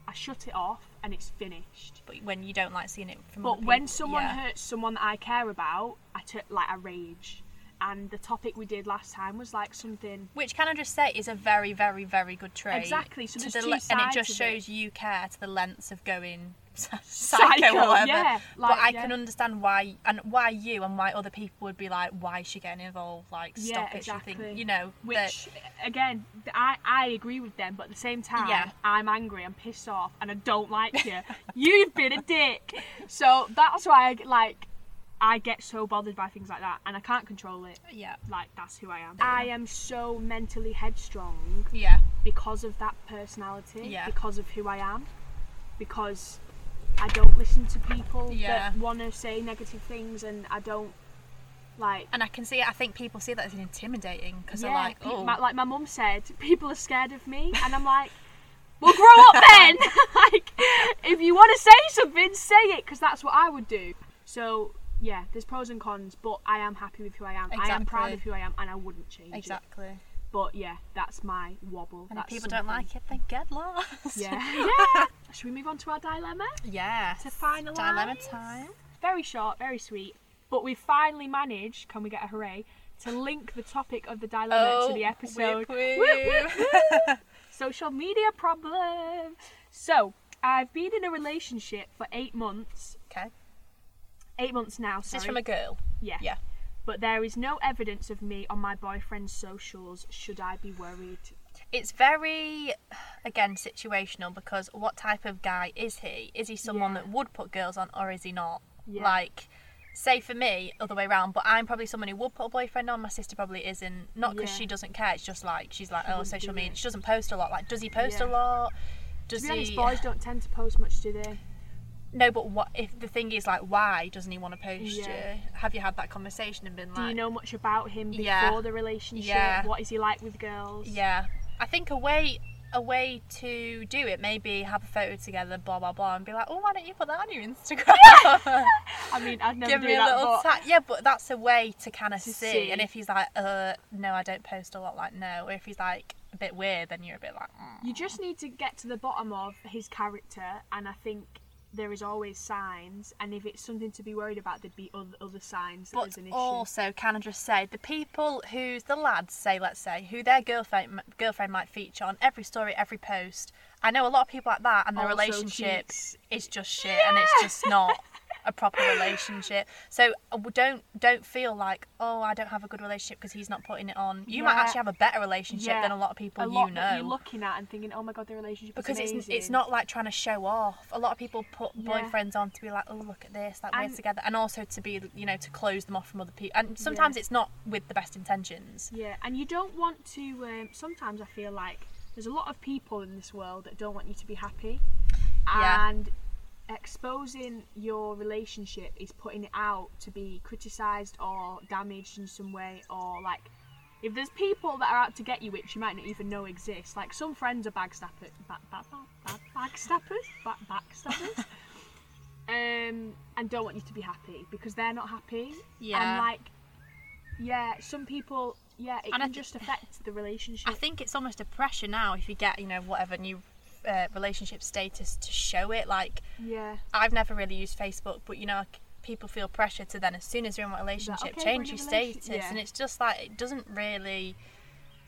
Speaker 1: I shut it off, and it's finished.
Speaker 2: But when you don't like seeing it from.
Speaker 1: But
Speaker 2: other
Speaker 1: when
Speaker 2: people,
Speaker 1: someone
Speaker 2: yeah.
Speaker 1: hurts someone that I care about, I took like I rage. And the topic we did last time was like something
Speaker 2: which can I just say is a very, very, very good trait.
Speaker 1: Exactly, so
Speaker 2: to
Speaker 1: there's
Speaker 2: the
Speaker 1: two
Speaker 2: le- and it
Speaker 1: sides
Speaker 2: just
Speaker 1: of
Speaker 2: shows you care to the lengths of going psycho,
Speaker 1: Psycho,
Speaker 2: or whatever.
Speaker 1: yeah, like,
Speaker 2: but I
Speaker 1: yeah.
Speaker 2: can understand why and why you and why other people would be like, why is she getting involved? Like,
Speaker 1: Yeah,
Speaker 2: stop it. She
Speaker 1: exactly.
Speaker 2: think you know that-
Speaker 1: Which, again, th- I, I agree with them, but at the same time,
Speaker 2: Yeah.
Speaker 1: I'm angry, I'm pissed off, and I don't like you. You've been a dick. So that's why, I, like, I get so bothered by things like that, and I can't control it.
Speaker 2: yeah,
Speaker 1: Like, that's who I am. I am so mentally headstrong
Speaker 2: yeah,
Speaker 1: because of that personality,
Speaker 2: Yeah.
Speaker 1: because of who I am, because I don't listen to people
Speaker 2: Yeah.
Speaker 1: that want to say negative things, and I don't, like,
Speaker 2: and I can see. I think people see that as intimidating because
Speaker 1: yeah,
Speaker 2: they're like,
Speaker 1: pe-
Speaker 2: oh,
Speaker 1: my, like my mum said, people are scared of me, and I'm like, well, grow up then. like, if you want to say something, say it, because that's what I would do. So yeah, there's pros and cons, but I am happy with who I am. I am proud
Speaker 2: Exactly.
Speaker 1: of who I am, and I wouldn't change it.
Speaker 2: exactly.
Speaker 1: But yeah, that's my wobble.
Speaker 2: And if
Speaker 1: that's
Speaker 2: people don't
Speaker 1: something.
Speaker 2: like it, they get lost.
Speaker 1: Yeah, yeah. Should we move on to our dilemma?
Speaker 2: yeah.
Speaker 1: To finalise.
Speaker 2: dilemma time.
Speaker 1: Very short, very sweet. But we finally managed. Can we get a hooray? To link the topic of the dilemma to the episode.
Speaker 2: Oh, whip, whip.
Speaker 1: Whoop, whoop, social media problem. So, I've been in a relationship for eight months.
Speaker 2: okay.
Speaker 1: Eight months now,
Speaker 2: This
Speaker 1: sorry.
Speaker 2: is from a girl.
Speaker 1: yeah.
Speaker 2: yeah.
Speaker 1: But there is no evidence of me on my boyfriend's socials. Should I be worried?
Speaker 2: it's very again situational because what type of guy is he is he someone
Speaker 1: Yeah.
Speaker 2: that would put girls on or is he not
Speaker 1: Yeah.
Speaker 2: like say for me other way around but i'm probably someone who would put a boyfriend on my sister probably isn't not because
Speaker 1: Yeah.
Speaker 2: she doesn't care it's just like she's like oh
Speaker 1: wouldn't
Speaker 2: social
Speaker 1: do
Speaker 2: media
Speaker 1: it.
Speaker 2: she doesn't post a lot like does he post a
Speaker 1: Yeah.
Speaker 2: lot does
Speaker 1: To be
Speaker 2: he
Speaker 1: honest, boys don't tend to post much, do they?
Speaker 2: no but what if the thing is like why doesn't he want to post
Speaker 1: Yeah.
Speaker 2: you have you had that conversation and been like
Speaker 1: Do you know much about him before
Speaker 2: Yeah.
Speaker 1: the relationship?
Speaker 2: Yeah.
Speaker 1: What is he like with girls?
Speaker 2: Yeah, I think a way a way to do it. Maybe have a photo together, blah blah blah, and be like, oh, why don't you put that on your Instagram?
Speaker 1: I mean, I'd never
Speaker 2: Give
Speaker 1: do
Speaker 2: me a
Speaker 1: that.
Speaker 2: little
Speaker 1: but
Speaker 2: tag. Yeah, but that's a way to kind of see.
Speaker 1: see.
Speaker 2: And if he's like, uh, no, I don't post a lot, like no. Or if he's like a bit weird, then you're a bit like, mm.
Speaker 1: you just need to get to the bottom of his character, and I think there is always signs. And if it's something to be worried about, there'd be other, other signs that
Speaker 2: But
Speaker 1: there's an issue.
Speaker 2: also, can I just say, the people who's the lads, say, let's say, who their girlfriend girlfriend might feature on every story, every post. I know a lot of people like that, and their
Speaker 1: Also
Speaker 2: relationship
Speaker 1: cheats.
Speaker 2: is just shit, and it's just not a proper relationship. So uh, w- don't don't feel like, oh, I don't have a good relationship because he's not putting it on. You might
Speaker 1: Yeah.
Speaker 2: actually have a better relationship
Speaker 1: Yeah.
Speaker 2: than a lot of people
Speaker 1: a
Speaker 2: you
Speaker 1: lot
Speaker 2: know
Speaker 1: that you're looking at and thinking, oh my god, the relationship
Speaker 2: because
Speaker 1: is
Speaker 2: it's it's
Speaker 1: amazing."
Speaker 2: not like trying to show off. A lot of people put
Speaker 1: Yeah.
Speaker 2: boyfriends on to be like, oh look at this, that we're
Speaker 1: And-
Speaker 2: together, and also to be you know to close them off from other people. And sometimes it's not with the best intentions.
Speaker 1: Yeah, and you don't want to. Um, sometimes I feel like there's a lot of people in this world that don't want you to be happy,
Speaker 2: Yeah.
Speaker 1: and exposing your relationship is putting it out to be criticised or damaged in some way, or like if there's people that are out to get you, which you might not even know exist. Like some friends are bagstappers, ba- ba- ba- ba- bagstappers, ba- backstabbers. Um, and don't want you to be happy because they're not happy.
Speaker 2: Yeah.
Speaker 1: And like, yeah, some people, yeah, it
Speaker 2: And I
Speaker 1: can
Speaker 2: thi-
Speaker 1: just affect the relationship.
Speaker 2: I think it's almost a pressure now if you get you know whatever new uh, relationship status to show it. Like
Speaker 1: yeah.
Speaker 2: I've never really used Facebook, but you know. c- People feel pressure to then, as soon as you're in a relationship,
Speaker 1: "Okay,
Speaker 2: change
Speaker 1: we're
Speaker 2: your
Speaker 1: in a
Speaker 2: status,
Speaker 1: relationship." Yeah.
Speaker 2: and it's just like it doesn't really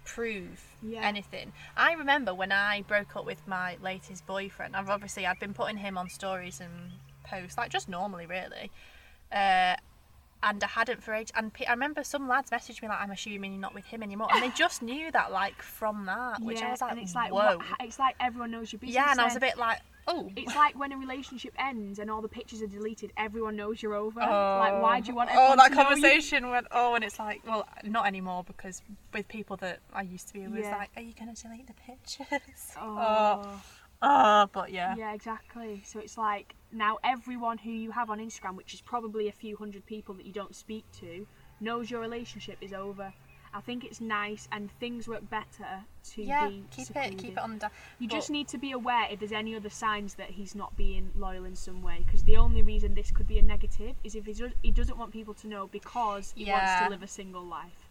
Speaker 2: prove
Speaker 1: Yeah.
Speaker 2: anything. I remember when I broke up with my latest boyfriend. I've obviously I'd been putting him on stories and posts like just normally, really. Uh, and I hadn't for ages. And pe- I remember some lads messaged me like, "I'm assuming you're not with him anymore," and they just knew that like from that, which
Speaker 1: yeah.
Speaker 2: I was like,
Speaker 1: and it's like,
Speaker 2: "Whoa."
Speaker 1: what- it's like everyone knows your business.
Speaker 2: yeah, and I was a
Speaker 1: then.
Speaker 2: bit like, "Oh,
Speaker 1: It's like when a relationship ends and all the pictures are deleted, everyone knows you're over. like, why do you want everyone
Speaker 2: Oh, that
Speaker 1: to know you-
Speaker 2: conversation went. Oh, and it's like, well, not anymore because with people that I used to be with,
Speaker 1: Yeah.
Speaker 2: it's like, are you going to delete the pictures?
Speaker 1: Oh.
Speaker 2: oh, but yeah.
Speaker 1: Yeah, exactly. So it's like now everyone who you have on Instagram, which is probably a few hundred people that you don't speak to, knows your relationship is over. I think it's nice and things work better to
Speaker 2: Yeah,
Speaker 1: be
Speaker 2: keep
Speaker 1: secluded.
Speaker 2: it, keep it on the. down-
Speaker 1: You
Speaker 2: but-
Speaker 1: just need to be aware if there's any other signs that he's not being loyal in some way because the only reason this could be a negative is if he, does, he doesn't want people to know because he wants
Speaker 2: Yeah.
Speaker 1: to live a single life.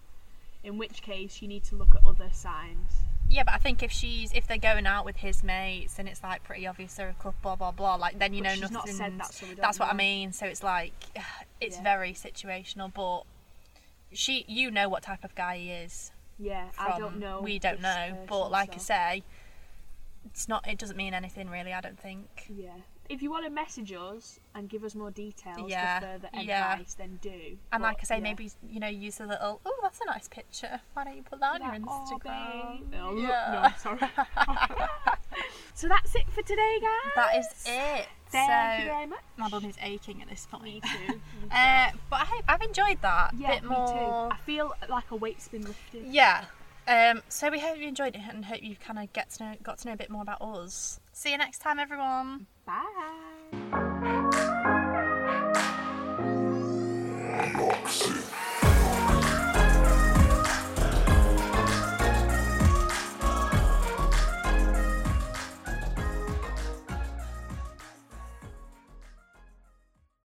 Speaker 1: In which case, you need to look at other signs.
Speaker 2: Yeah, but I think if she's if they're going out with his mates and it's like pretty obvious they're a couple, blah blah blah, like then you
Speaker 1: But
Speaker 2: know
Speaker 1: she's not
Speaker 2: nothing.
Speaker 1: said that, so we don't
Speaker 2: that's what I
Speaker 1: know.
Speaker 2: mean. So it's like it's
Speaker 1: Yeah.
Speaker 2: very situational, but she, you know what type of guy he is.
Speaker 1: Yeah,
Speaker 2: From,
Speaker 1: I don't know.
Speaker 2: We don't
Speaker 1: this
Speaker 2: know, but
Speaker 1: person,
Speaker 2: like I
Speaker 1: so-
Speaker 2: say, it's not. It doesn't mean anything really. I don't think.
Speaker 1: Yeah. If you want to message us and give us more details
Speaker 2: Yeah,
Speaker 1: for further advice,
Speaker 2: yeah.
Speaker 1: then do.
Speaker 2: And
Speaker 1: But,
Speaker 2: like I say,
Speaker 1: yeah.
Speaker 2: maybe you know, use a little. Oh, that's a nice picture. Why don't you put that on
Speaker 1: Like,
Speaker 2: your
Speaker 1: "Oh,
Speaker 2: Instagram?
Speaker 1: babe." Oh, look,
Speaker 2: yeah.
Speaker 1: no, sorry. so that's it for today, guys.
Speaker 2: That is it.
Speaker 1: Thank
Speaker 2: so
Speaker 1: you very much.
Speaker 2: my bum is aching at this
Speaker 1: Me
Speaker 2: point.
Speaker 1: too. Me too.
Speaker 2: Uh, but I hope I've enjoyed that.
Speaker 1: yeah,
Speaker 2: bit
Speaker 1: me
Speaker 2: more.
Speaker 1: too. I feel like a weight's been lifted.
Speaker 2: Yeah. Um, so we hope you enjoyed it and hope you kind of get to know, got to know a bit more about us. See you next time, everyone.
Speaker 1: Bye.